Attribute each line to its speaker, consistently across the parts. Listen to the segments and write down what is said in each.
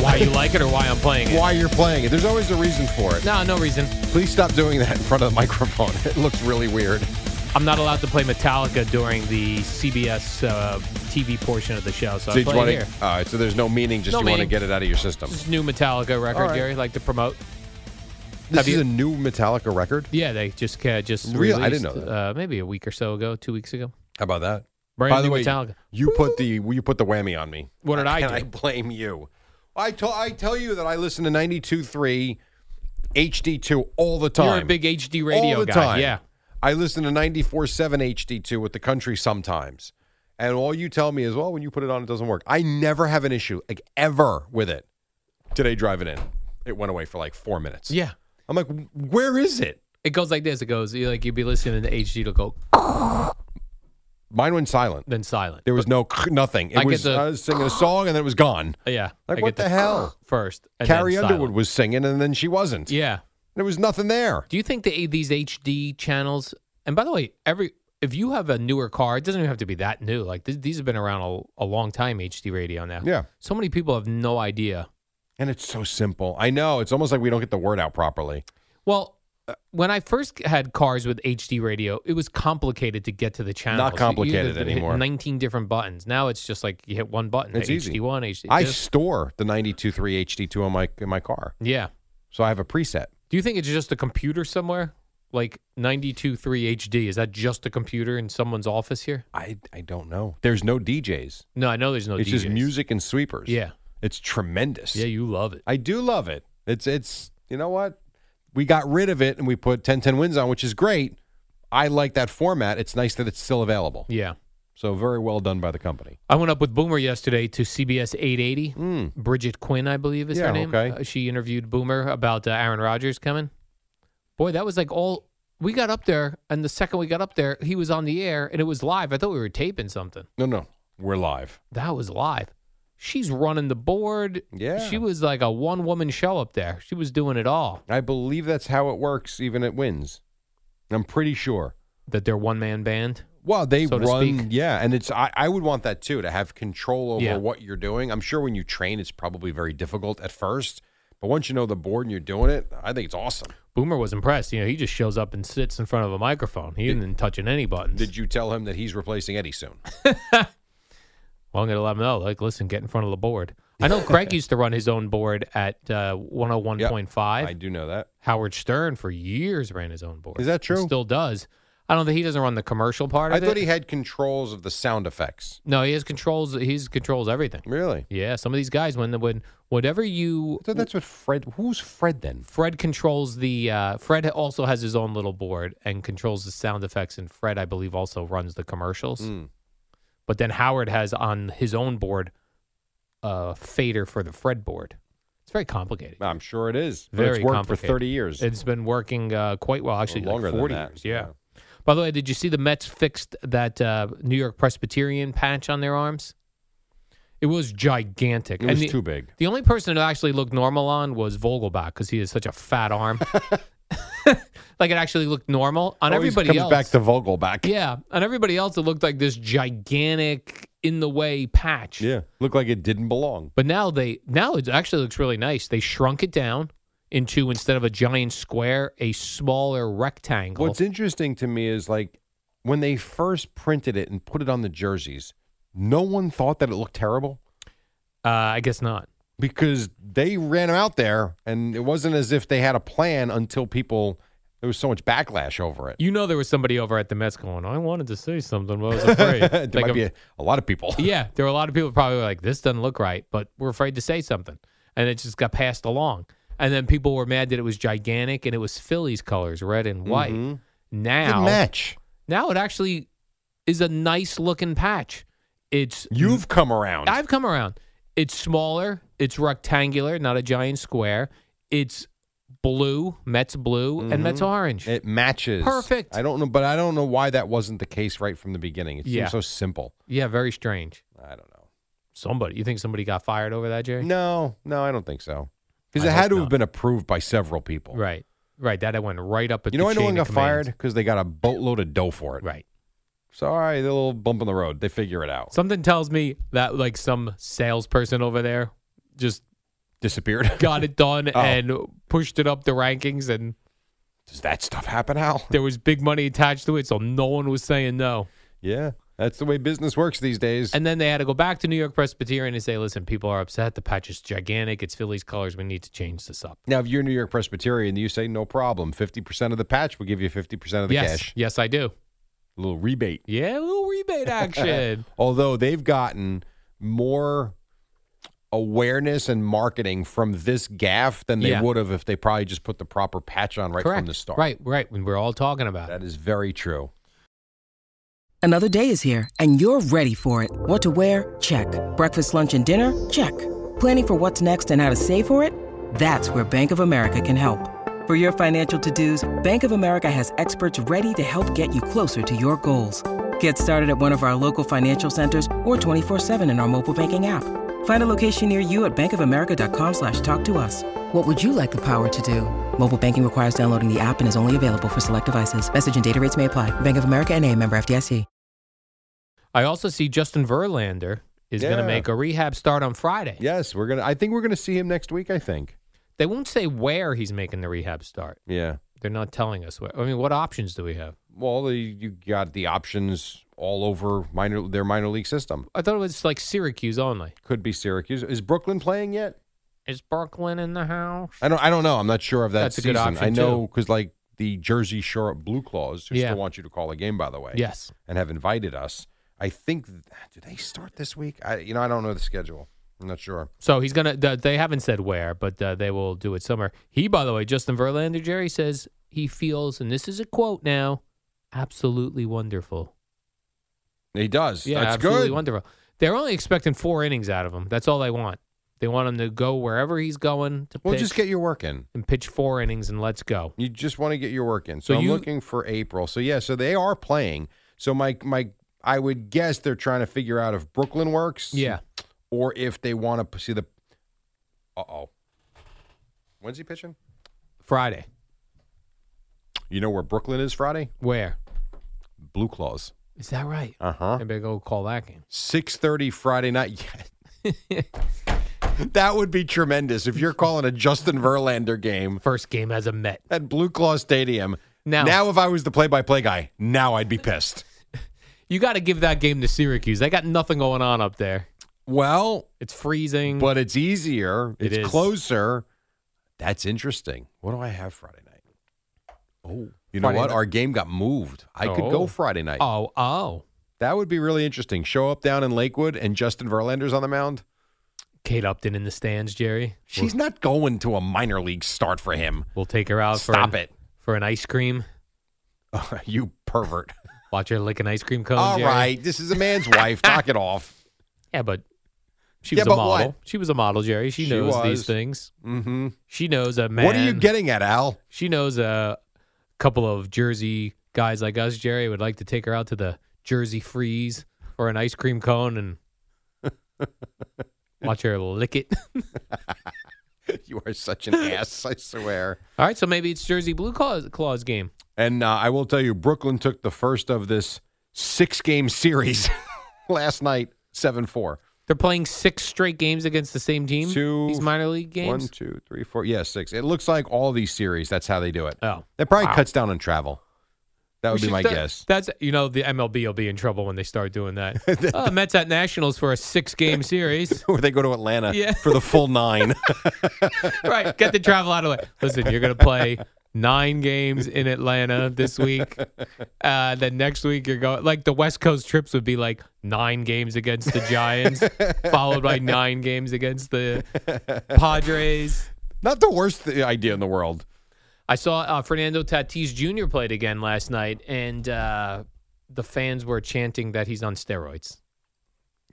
Speaker 1: why you like it or why I'm playing it.
Speaker 2: Why you're playing it. There's always a reason for it.
Speaker 1: No, no reason.
Speaker 2: Please stop doing that in front of the microphone. It looks really weird.
Speaker 1: I'm not allowed to play Metallica during the CBS uh, TV portion of the show, so,
Speaker 2: So
Speaker 1: I
Speaker 2: you
Speaker 1: play
Speaker 2: wanna-
Speaker 1: it here.
Speaker 2: all right, so there's no meaning, just
Speaker 1: No
Speaker 2: you want to
Speaker 1: meaning.
Speaker 2: get it out of your system.
Speaker 1: This is new Metallica record,
Speaker 2: All right.
Speaker 1: Gary. Like to promote.
Speaker 2: This
Speaker 1: Have
Speaker 2: is
Speaker 1: you-
Speaker 2: a new Metallica record.
Speaker 1: Yeah, they just uh, just
Speaker 2: Really? I
Speaker 1: released,
Speaker 2: didn't know that.
Speaker 1: Uh, maybe a week or so ago, two weeks ago.
Speaker 2: How about that?
Speaker 1: Brand
Speaker 2: By the
Speaker 1: new
Speaker 2: way,
Speaker 1: Metallica.
Speaker 2: you put the you put the whammy on me.
Speaker 1: What did I
Speaker 2: And
Speaker 1: do?
Speaker 2: I blame you. I to- I tell you that I listen to 92.3 HD2 all the time.
Speaker 1: You're a big HD
Speaker 2: all
Speaker 1: radio
Speaker 2: the
Speaker 1: guy.
Speaker 2: Time.
Speaker 1: Yeah.
Speaker 2: I listen to 94.7 HD2 with the country sometimes. And all you tell me is, well, when you put it on, it doesn't work. I never have an issue, like ever, with it. Today, driving in, it went away for like four minutes.
Speaker 1: Yeah.
Speaker 2: I'm like, where is it?
Speaker 1: It goes like this. It goes you like you'd be listening to HD, it'll go
Speaker 2: Mine went silent.
Speaker 1: then silent.
Speaker 2: There was no, nothing. It
Speaker 1: I get
Speaker 2: was,
Speaker 1: the-
Speaker 2: I was singing a song and then it was gone.
Speaker 1: Yeah.
Speaker 2: Like,
Speaker 1: I
Speaker 2: what
Speaker 1: get
Speaker 2: the hell?
Speaker 1: First. and then
Speaker 2: Carrie Underwood
Speaker 1: silent.
Speaker 2: was singing and then she wasn't.
Speaker 1: Yeah.
Speaker 2: There was nothing there.
Speaker 1: Do you think that these HD channels? And by the way, every if you have a newer car, it doesn't even have to be that new. Like th- these have been around a, a long time. HD radio now.
Speaker 2: Yeah.
Speaker 1: So many people have no idea.
Speaker 2: And it's so simple. I know. It's almost like we don't get the word out properly.
Speaker 1: Well, uh, when I first had cars with HD radio, it was complicated to get to the channel.
Speaker 2: complicated anymore.
Speaker 1: Nineteen different buttons. Now it's just like you hit one button.
Speaker 2: It's
Speaker 1: HD
Speaker 2: easy.
Speaker 1: one, HD.
Speaker 2: I
Speaker 1: two.
Speaker 2: store the 92.3 HD2 on my, in my car.
Speaker 1: yeah.
Speaker 2: So I have a preset.
Speaker 1: Do you think it's just a computer somewhere? Like 92.3 HD, is that just a computer in someone's office here?
Speaker 2: I I don't know. There's no DJs.
Speaker 1: No, I know there's no
Speaker 2: it's just
Speaker 1: DJs.
Speaker 2: music and sweepers.
Speaker 1: Yeah.
Speaker 2: It's tremendous.
Speaker 1: Yeah, you love it.
Speaker 2: I do love it. It's it's you know what? We got rid of it and we put 1010 wins on, which is great. I like that format. It's nice that it's still available.
Speaker 1: Yeah.
Speaker 2: So very well done by the company.
Speaker 1: I went up with Boomer yesterday to CBS 880. Bridget Quinn, I believe, is
Speaker 2: Hmm. Yeah,
Speaker 1: her name.
Speaker 2: okay.
Speaker 1: Uh, she interviewed Boomer about uh, Aaron Rodgers coming. Boy, that was like all we got up there, and the second we got up there, he was on the air, and it was live. I thought we were taping something.
Speaker 2: No, no. We're live.
Speaker 1: That was live. She's running the board.
Speaker 2: Yeah.
Speaker 1: she was like a one-woman show up there. She was doing it all.
Speaker 2: I believe that's how it works even at wins. I'm pretty sure.
Speaker 1: That they're one-man band.
Speaker 2: Well, they
Speaker 1: so to
Speaker 2: run,
Speaker 1: speak.
Speaker 2: yeah, and it's I, I would want that too to have control over
Speaker 1: Yeah.
Speaker 2: what you're doing. I'm sure when you train, it's probably very difficult at first, but once you know the board and you're doing it, I think it's awesome.
Speaker 1: Boomer was impressed. You know, he just shows up and sits in front of a microphone. He didn't touch any buttons.
Speaker 2: Did you tell him that he's replacing Eddie soon?
Speaker 1: Well, I'm going to let him know. Like, listen, get in front of the board. I know Craig used to run his own board at uh, 101.5.
Speaker 2: I do know that.
Speaker 1: Howard Stern for years ran his own board.
Speaker 2: Is that
Speaker 1: He
Speaker 2: true?
Speaker 1: still does. I don't think he doesn't run the commercial part
Speaker 2: I
Speaker 1: of it.
Speaker 2: thought he had controls of the sound effects.
Speaker 1: no, he has controls. He controls everything.
Speaker 2: Really?
Speaker 1: Yeah, some of these guys when when whatever you
Speaker 2: So that's what Fred. Who's Fred then?
Speaker 1: Fred controls the uh, Fred also has his own little board and controls the sound effects and Fred I believe also runs the commercials.
Speaker 2: Mm.
Speaker 1: But then Howard has on his own board a fader for the Fred board. It's very complicated.
Speaker 2: I'm sure it is. But
Speaker 1: Very
Speaker 2: it's worked for
Speaker 1: complicated.
Speaker 2: 30 years.
Speaker 1: It's been working uh, quite well actually
Speaker 2: longer
Speaker 1: like
Speaker 2: than
Speaker 1: 40
Speaker 2: that,
Speaker 1: years. Yeah.
Speaker 2: yeah.
Speaker 1: By the way, did you see the Mets fixed that uh, New York Presbyterian patch on their arms? It was gigantic.
Speaker 2: it
Speaker 1: And
Speaker 2: was
Speaker 1: the-
Speaker 2: too big.
Speaker 1: the only person that actually looked normal on was Vogelbach because he has such a fat arm. like it actually looked normal on
Speaker 2: Always
Speaker 1: everybody
Speaker 2: comes
Speaker 1: else.
Speaker 2: Oh, back to Vogelback.
Speaker 1: yeah, on everybody else it looked like this gigantic in the way patch.
Speaker 2: yeah. Looked like it didn't belong.
Speaker 1: But now they now it actually looks really nice. They shrunk it down into instead of a giant square, a smaller rectangle.
Speaker 2: What's interesting to me is like when they first printed it and put it on the jerseys, no one thought that it looked terrible.
Speaker 1: uh, I guess not.
Speaker 2: because they ran him out there, and it wasn't as if they had a plan until people. There was so much backlash over it.
Speaker 1: You know, there was somebody over at the Mets going, I wanted to say something, but I was afraid.
Speaker 2: there
Speaker 1: Like,
Speaker 2: might
Speaker 1: I'm-
Speaker 2: be a, a lot of people.
Speaker 1: yeah, there were a lot of people probably were like, this doesn't look right, but we're afraid to say something. And it just got passed along. And then people were mad that it was gigantic and it was Phillies colors, red and white.
Speaker 2: Mm-hmm. Good
Speaker 1: Now,
Speaker 2: match.
Speaker 1: now it actually is a nice looking patch. It's
Speaker 2: You've come around.
Speaker 1: I've come around. It's smaller. It's rectangular, not a giant square. It's blue, Mets blue, and Mets orange.
Speaker 2: Mm-hmm. It matches.
Speaker 1: Perfect.
Speaker 2: I don't know, but I don't know why that wasn't the case right from the beginning. It seems
Speaker 1: Yeah.
Speaker 2: so simple.
Speaker 1: yeah, very strange.
Speaker 2: I don't know.
Speaker 1: Somebody, you think somebody got fired over that, Jerry?
Speaker 2: No, no, I don't think so. Because
Speaker 1: I
Speaker 2: it had
Speaker 1: hope
Speaker 2: to
Speaker 1: not.
Speaker 2: have been approved by several people.
Speaker 1: Right, right. That I went right up at
Speaker 2: You
Speaker 1: the
Speaker 2: know why no
Speaker 1: chain
Speaker 2: one
Speaker 1: of
Speaker 2: got fired?
Speaker 1: commands.
Speaker 2: Because they got a boatload of dough for it.
Speaker 1: Right.
Speaker 2: Sorry, the little bump in the road. They figure it out.
Speaker 1: Something tells me that like some salesperson over there just
Speaker 2: Disappeared.
Speaker 1: got it done
Speaker 2: Oh.
Speaker 1: and pushed it up the rankings, and
Speaker 2: Does that stuff happen, Al?
Speaker 1: there was big money attached to it, so no one was saying no.
Speaker 2: Yeah, that's the way business works these days.
Speaker 1: And then they had to go back to New York Presbyterian and say, listen, people are upset. The patch is gigantic. It's Phillies colors. We need to change this up.
Speaker 2: now, if you're New York Presbyterian, you say no problem. Fifty percent of the patch will give you fifty percent of the
Speaker 1: yes.
Speaker 2: cash.
Speaker 1: Yes, I do.
Speaker 2: A little rebate.
Speaker 1: Yeah, a little rebate action.
Speaker 2: although they've gotten more awareness and marketing from this gaff than they
Speaker 1: Yeah.
Speaker 2: would have if they probably just put the proper patch on right
Speaker 1: Correct.
Speaker 2: from the start.
Speaker 1: Right, right. When we're all talking about it.
Speaker 2: That is very true.
Speaker 3: Another day is here, and you're ready for it. What to wear? Check. Breakfast, lunch, and dinner? Check. Planning for what's next and how to save for it? That's where Bank of America can help. For your financial to dos, Bank of America has experts ready to help get you closer to your goals. Get started at one of our local financial centers or 24-7 in our mobile banking app. Find a location near you at bankofamerica.com slash talk to us. What would you like the power to do? Mobile banking requires downloading the app and is only available for select devices. Message and data rates may apply. Bank of America and a member FDIC.
Speaker 1: I also see Justin Verlander is going
Speaker 2: Yeah.
Speaker 1: to make a rehab start on Friday.
Speaker 2: Yes, we're gonna. I think we're gonna see him next week. I think.
Speaker 1: They won't say where he's making the rehab start.
Speaker 2: Yeah.
Speaker 1: They're not telling us where. I mean, what options do we have?
Speaker 2: Well, the, you got the options all over minor their minor league system.
Speaker 1: I thought it was like Syracuse only.
Speaker 2: Could be Syracuse. Is Brooklyn playing yet?
Speaker 1: Is Brooklyn in the house?
Speaker 2: I don't. I don't know. I'm not sure of that.
Speaker 1: That's a good
Speaker 2: season. I
Speaker 1: option,
Speaker 2: know
Speaker 1: too.
Speaker 2: because like the Jersey Shore Blue Claws, who
Speaker 1: Yeah.
Speaker 2: still want you to call a game, by the way.
Speaker 1: Yes.
Speaker 2: and have invited us. I think th- do they start this week? I you know I don't know the schedule. I'm not sure.
Speaker 1: So he's gonna. th- They haven't said where, but uh, they will do it somewhere. He, by the way, Justin Verlander, Jerry says he feels, and this is a quote now, absolutely wonderful.
Speaker 2: He does.
Speaker 1: Yeah,
Speaker 2: That's
Speaker 1: absolutely
Speaker 2: good.
Speaker 1: wonderful. They're only expecting four innings out of him. That's all they want. They want him to go wherever he's going to
Speaker 2: Well,
Speaker 1: pitch
Speaker 2: just get your work in.
Speaker 1: and pitch four innings and let's go.
Speaker 2: You just want to get your work in. So,
Speaker 1: So
Speaker 2: I'm
Speaker 1: you-
Speaker 2: looking for April. So yeah, so they are playing. So my my I would guess they're trying to figure out if Brooklyn works.
Speaker 1: Yeah,
Speaker 2: Or if they want to see the. Uh oh. When's he pitching?
Speaker 1: Friday.
Speaker 2: You know where Brooklyn is Friday?
Speaker 1: Where
Speaker 2: Blue Claws.
Speaker 1: is that right?
Speaker 2: Uh huh.
Speaker 1: Maybe I go call that game.
Speaker 2: Six thirty Friday night. that would be tremendous if you're calling a Justin Verlander game
Speaker 1: First game as a Met.
Speaker 2: at Blue Claw Stadium.
Speaker 1: Now-
Speaker 2: now if I was the play-by-play guy, now I'd be pissed.
Speaker 1: You got to give that game to Syracuse. They got nothing going on up there.
Speaker 2: Well,
Speaker 1: It's freezing.
Speaker 2: but it's easier.
Speaker 1: It
Speaker 2: It's
Speaker 1: is.
Speaker 2: closer. That's interesting. What do I have Friday night? Oh, you know
Speaker 1: Friday
Speaker 2: what?
Speaker 1: night.
Speaker 2: Our game got moved. I could
Speaker 1: Oh.
Speaker 2: go Friday night.
Speaker 1: oh, oh.
Speaker 2: That would be really interesting. Show up down in Lakewood and Justin Verlander's on the mound.
Speaker 1: Kate Upton in the stands, Jerry.
Speaker 2: She's not going to a minor league start for him.
Speaker 1: We'll take her out for
Speaker 2: Stop
Speaker 1: an,
Speaker 2: it.
Speaker 1: for an ice cream.
Speaker 2: you pervert.
Speaker 1: Watch her lick an ice cream cone.
Speaker 2: All
Speaker 1: Jerry.
Speaker 2: right, this is a man's wife. Knock it off.
Speaker 1: Yeah, but she
Speaker 2: Yeah,
Speaker 1: was
Speaker 2: but
Speaker 1: a model.
Speaker 2: what?
Speaker 1: She was a model, Jerry. She,
Speaker 2: She
Speaker 1: knows
Speaker 2: was.
Speaker 1: these things.
Speaker 2: Mm-hmm.
Speaker 1: She knows a man.
Speaker 2: What are you getting at, Al?
Speaker 1: She knows a couple of Jersey guys like us, Jerry, would like to take her out to the Jersey Freeze for an ice cream cone and watch her lick it.
Speaker 2: You are such an ass. I swear.
Speaker 1: All right, so maybe it's Jersey Blue Claws, Claws game.
Speaker 2: And uh, I will tell you, Brooklyn took the first of this six-game series last night, seven-four.
Speaker 1: They're playing six straight games against the same team.
Speaker 2: Two-
Speaker 1: These minor league
Speaker 2: One,
Speaker 1: games.
Speaker 2: two, three, four. Yeah, six. It looks like all these series. That's how they do it.
Speaker 1: Oh,
Speaker 2: That probably
Speaker 1: Wow.
Speaker 2: cuts down on travel. That
Speaker 1: We
Speaker 2: would be
Speaker 1: should
Speaker 2: my
Speaker 1: start-
Speaker 2: guess.
Speaker 1: That's you know the MLB will be in trouble when they start doing that. uh, Mets at Nationals for a six game series.
Speaker 2: Or they go to Atlanta
Speaker 1: Yeah.
Speaker 2: for the full nine.
Speaker 1: right, get the travel out of the way. Listen, you're going to play nine games in Atlanta this week. Uh, then next week you're going like the West Coast trips would be like nine games against the Giants, followed by nine games against the Padres.
Speaker 2: Not the worst th- idea in the world.
Speaker 1: I saw uh, Fernando Tatis Jr. played again last night, and uh, the fans were chanting that he's on steroids.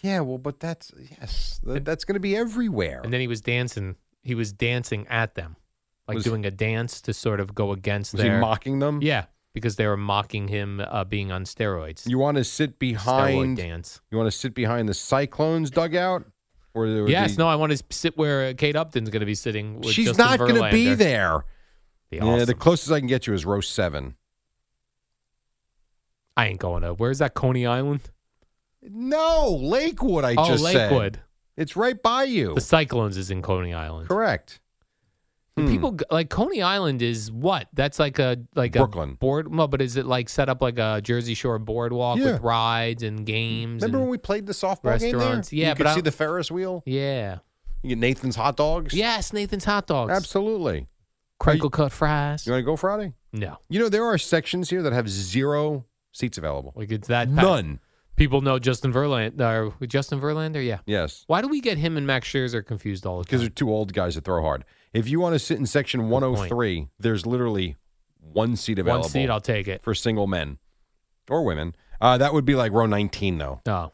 Speaker 2: Yeah, well, but that's yes, th- that's going to be everywhere.
Speaker 1: And then he was dancing. He was dancing at them, like
Speaker 2: Was-
Speaker 1: doing a dance to sort of go against
Speaker 2: Is he
Speaker 1: their.
Speaker 2: mocking them?
Speaker 1: yeah, because they were mocking him uh, being on steroids.
Speaker 2: You want to sit
Speaker 1: Steroid
Speaker 2: behind?
Speaker 1: dance.
Speaker 2: You want to sit behind the Cyclones dugout? Or, or
Speaker 1: Yes,
Speaker 2: the-
Speaker 1: no, I want to sit where uh, Kate Upton's going to be sitting. With
Speaker 2: She's
Speaker 1: Justin
Speaker 2: not going to be
Speaker 1: Verlander.
Speaker 2: there.
Speaker 1: Be
Speaker 2: Yeah, the
Speaker 1: awesome.
Speaker 2: closest I can get you is row seven.
Speaker 1: I ain't going to. Where's that Coney Island?
Speaker 2: No, Lakewood. I
Speaker 1: oh,
Speaker 2: just said.
Speaker 1: Lakewood.
Speaker 2: It's right by you.
Speaker 1: The Cyclones is in Coney Island.
Speaker 2: Correct.
Speaker 1: Do
Speaker 2: Hmm.
Speaker 1: People g- like Coney Island is what? That's like a like a
Speaker 2: Brooklyn.
Speaker 1: board. No, but is it like set up like a Jersey Shore boardwalk
Speaker 2: Yeah.
Speaker 1: with rides and games?
Speaker 2: Remember
Speaker 1: and-
Speaker 2: when we played the softball game there?
Speaker 1: Restaurants. Yeah,
Speaker 2: you
Speaker 1: but
Speaker 2: could see
Speaker 1: I'll-
Speaker 2: the Ferris wheel.
Speaker 1: yeah.
Speaker 2: You get Nathan's hot dogs.
Speaker 1: Yes, Nathan's hot dogs.
Speaker 2: absolutely.
Speaker 1: Crinkle cut fries.
Speaker 2: You want to go Friday?
Speaker 1: No.
Speaker 2: You know there are sections here that have zero seats available.
Speaker 1: Like it's that packed.
Speaker 2: None.
Speaker 1: People know Justin Verlander. Or Justin Verlander, yeah.
Speaker 2: Yes,
Speaker 1: Why do we get him and Max Scherzer confused all the
Speaker 2: because
Speaker 1: time?
Speaker 2: they're two old guys that throw hard. If you want to sit in section
Speaker 1: point.
Speaker 2: 103, there's literally one seat available
Speaker 1: One seat, I'll take it.
Speaker 2: for single men or women. Uh, that would be like row 19 though.
Speaker 1: No.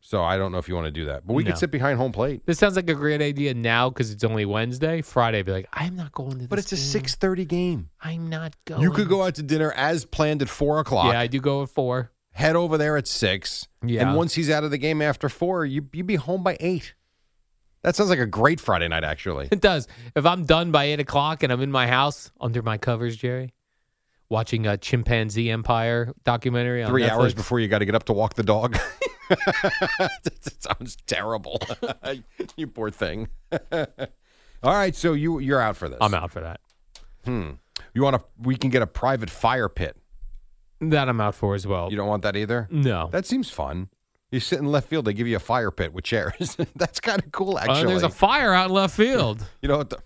Speaker 2: So I don't know if you want to do that, but we
Speaker 1: No.
Speaker 2: could sit behind home plate.
Speaker 1: This sounds like a great idea now because it's only Wednesday. Friday, I'd be like, I'm not going to this. game.
Speaker 2: 6:30 game.
Speaker 1: I'm not going.
Speaker 2: You could go out to dinner as planned at four o'clock.
Speaker 1: Yeah, I do go at four.
Speaker 2: head over there at six.
Speaker 1: Yeah.
Speaker 2: And once he's out of the game after four, you you'd be home by eight. That sounds like a great Friday night, actually.
Speaker 1: It does. If I'm done by eight o'clock and I'm in my house under my covers, Jerry, watching a chimpanzee empire documentary on
Speaker 2: Three hours
Speaker 1: Netflix.
Speaker 2: before you got to get up to walk the dog. that sounds terrible. you poor thing. All right, so you you're out for this.
Speaker 1: I'm out for that.
Speaker 2: You want to? We can get a private fire pit.
Speaker 1: That I'm out for as well.
Speaker 2: You don't want that either.
Speaker 1: no. Uh,
Speaker 2: That seems fun. You sit in left field. They give you a fire pit with chairs. That's kind of cool,
Speaker 1: Oh,
Speaker 2: actually.
Speaker 1: and there's a fire out in left field.
Speaker 2: you know what? The,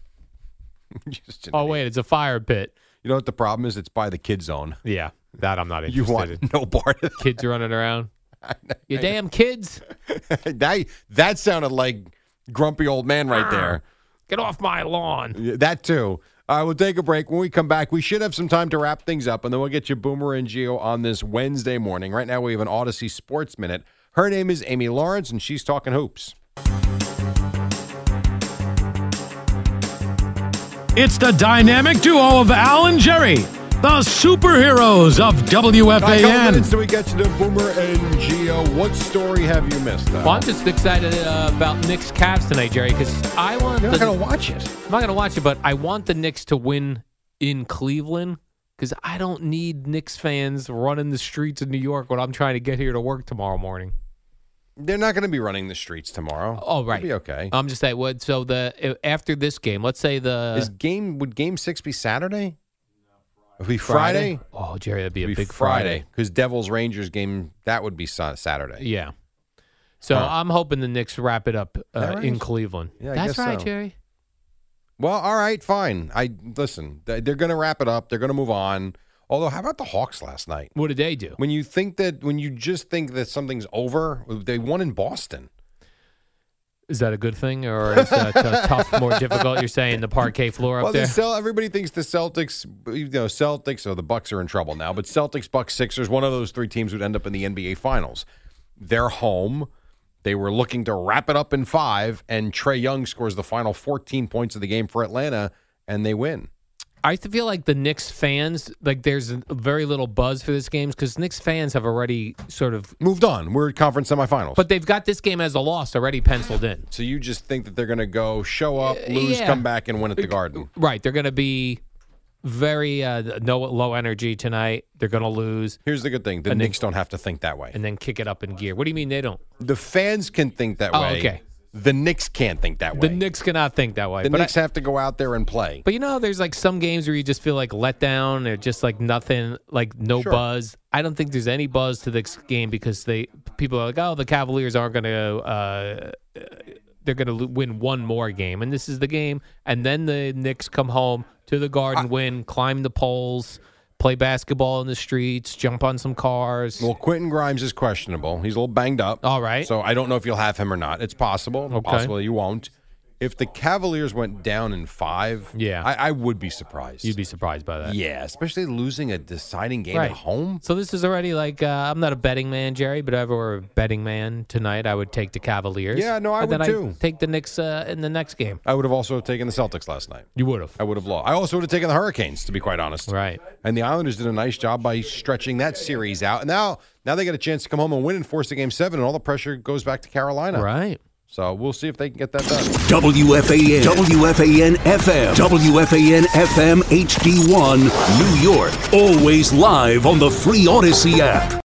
Speaker 2: Just an
Speaker 1: oh
Speaker 2: idiot.
Speaker 1: wait, it's a fire pit.
Speaker 2: You know what the problem is? It's by the kid zone.
Speaker 1: Yeah, that I'm not
Speaker 2: You
Speaker 1: interested in.
Speaker 2: want no part of
Speaker 1: Kids running around. You damn kids,
Speaker 2: that. that. That sounded like grumpy old man
Speaker 1: Ah.
Speaker 2: right there.
Speaker 1: get off my lawn.
Speaker 2: Yeah, That too. All right, we'll take a break. When we come back, we should have some time to wrap things up, and then we'll get you Boomer and Geo on this Wednesday morning. Right now, we have an Odyssey Sports Minute. Her name is Amy Lawrence, and she's talking hoops.
Speaker 4: It's the dynamic duo of Al and Jerry, the superheroes of
Speaker 2: All right, a couple minutes
Speaker 4: WFAN.
Speaker 2: till we get to the Boomer and Geo. What story have you missed? Al?
Speaker 1: Well, I'm just excited uh, about Knicks Cavs tonight, Jerry, because I want
Speaker 2: You're
Speaker 1: the,
Speaker 2: not going to watch it.
Speaker 1: I'm not gonna watch it, but I want the Knicks to win in Cleveland because I don't need Knicks fans running the streets of New York when I'm trying to get here to work tomorrow morning.
Speaker 2: They're not going to be running the streets tomorrow.
Speaker 1: Oh, right.
Speaker 2: It'll be okay.
Speaker 1: I'm just saying. What? So the after this game, let's say the
Speaker 2: is game would game six be Saturday? It'll be Friday.
Speaker 1: Oh, Jerry, that'd be a
Speaker 2: It'll be
Speaker 1: big Friday.
Speaker 2: because Devils Rangers game that would be Sa- Saturday.
Speaker 1: Yeah. So
Speaker 2: Huh.
Speaker 1: I'm hoping the Knicks wrap it up uh,
Speaker 2: that
Speaker 1: in
Speaker 2: right?
Speaker 1: Cleveland.
Speaker 2: Yeah, I
Speaker 1: That's
Speaker 2: guess
Speaker 1: right,
Speaker 2: so.
Speaker 1: Jerry.
Speaker 2: Well, all right, fine. I listen. th- They're going to wrap it up. They're going to move on. Although, how about the Hawks last night?
Speaker 1: What did they do?
Speaker 2: When you think that when you just think that something's over, they won in Boston.
Speaker 1: Is that a good thing or is that uh, tough, more difficult? You're saying the parquet floor up
Speaker 2: well,
Speaker 1: there?
Speaker 2: they sell. Everybody thinks the Celtics, you know, Celtics or the Bucks are in trouble now. But Celtics, Bucks, Sixers, one of those three teams would end up in the NBA Finals. They're home. They were looking to wrap it up in five, and Trey Young scores the final 14 points of the game for Atlanta, and they win.
Speaker 1: I feel like the Knicks fans, like there's very little buzz for this game because Knicks fans have already sort of,
Speaker 2: Moved on. We're at conference semifinals.
Speaker 1: but they've got this game as a loss already penciled in.
Speaker 2: so you just think that they're going to go show up, lose,
Speaker 1: Uh, yeah.
Speaker 2: come back, and win at the Garden.
Speaker 1: Right. They're going to be very uh, no low energy tonight. They're going to lose
Speaker 2: Here's the good thing: the Knicks don't have to think that way.
Speaker 1: and then kick it up in gear. What do you mean they don't?
Speaker 2: The fans can think that
Speaker 1: Oh,
Speaker 2: way.
Speaker 1: okay.
Speaker 2: The Knicks can't think that way.
Speaker 1: The Knicks cannot think that way.
Speaker 2: The
Speaker 1: but I-
Speaker 2: Knicks have to go out there and play.
Speaker 1: But you know, there's like some games where you just feel like let down or just like nothing, like no
Speaker 2: Sure.
Speaker 1: buzz. I don't think there's any buzz to this game because they people are like, oh, the Cavaliers aren't going to, uh, they're going to win one more game, and this is the game. And then the Knicks come home to the Garden, win, climb the poles, play basketball in the streets, jump on some cars.
Speaker 2: Well, Quentin Grimes is questionable. He's a little banged up.
Speaker 1: All right.
Speaker 2: So I don't know if you'll have him or not. It's possible.
Speaker 1: Okay.
Speaker 2: Possibly you won't. If the Cavaliers went down in five,
Speaker 1: Yeah.
Speaker 2: I, I would be surprised.
Speaker 1: You'd be surprised by that.
Speaker 2: yeah, especially losing a deciding game
Speaker 1: Right.
Speaker 2: at home.
Speaker 1: So this is already like uh, I'm not a betting man, Jerry, but if I were a betting man tonight, I would take the Cavaliers.
Speaker 2: Yeah, no, I
Speaker 1: and
Speaker 2: would
Speaker 1: then
Speaker 2: too.
Speaker 1: I'd take the Knicks uh, in the next game.
Speaker 2: I would have also taken the Celtics last night.
Speaker 1: You would have,
Speaker 2: I would have lost. I also would have taken the Hurricanes, to be quite honest.
Speaker 1: right?
Speaker 2: And the Islanders did a nice job by stretching that series out. And now, now they get a chance to come home and win and force a game seven, and all the pressure goes back to Carolina.
Speaker 1: Right.
Speaker 2: So we'll see if they can get that done.
Speaker 5: WFAN, WFAN FM, WFAN FM HD1, New York. Always live on the free Odyssey app.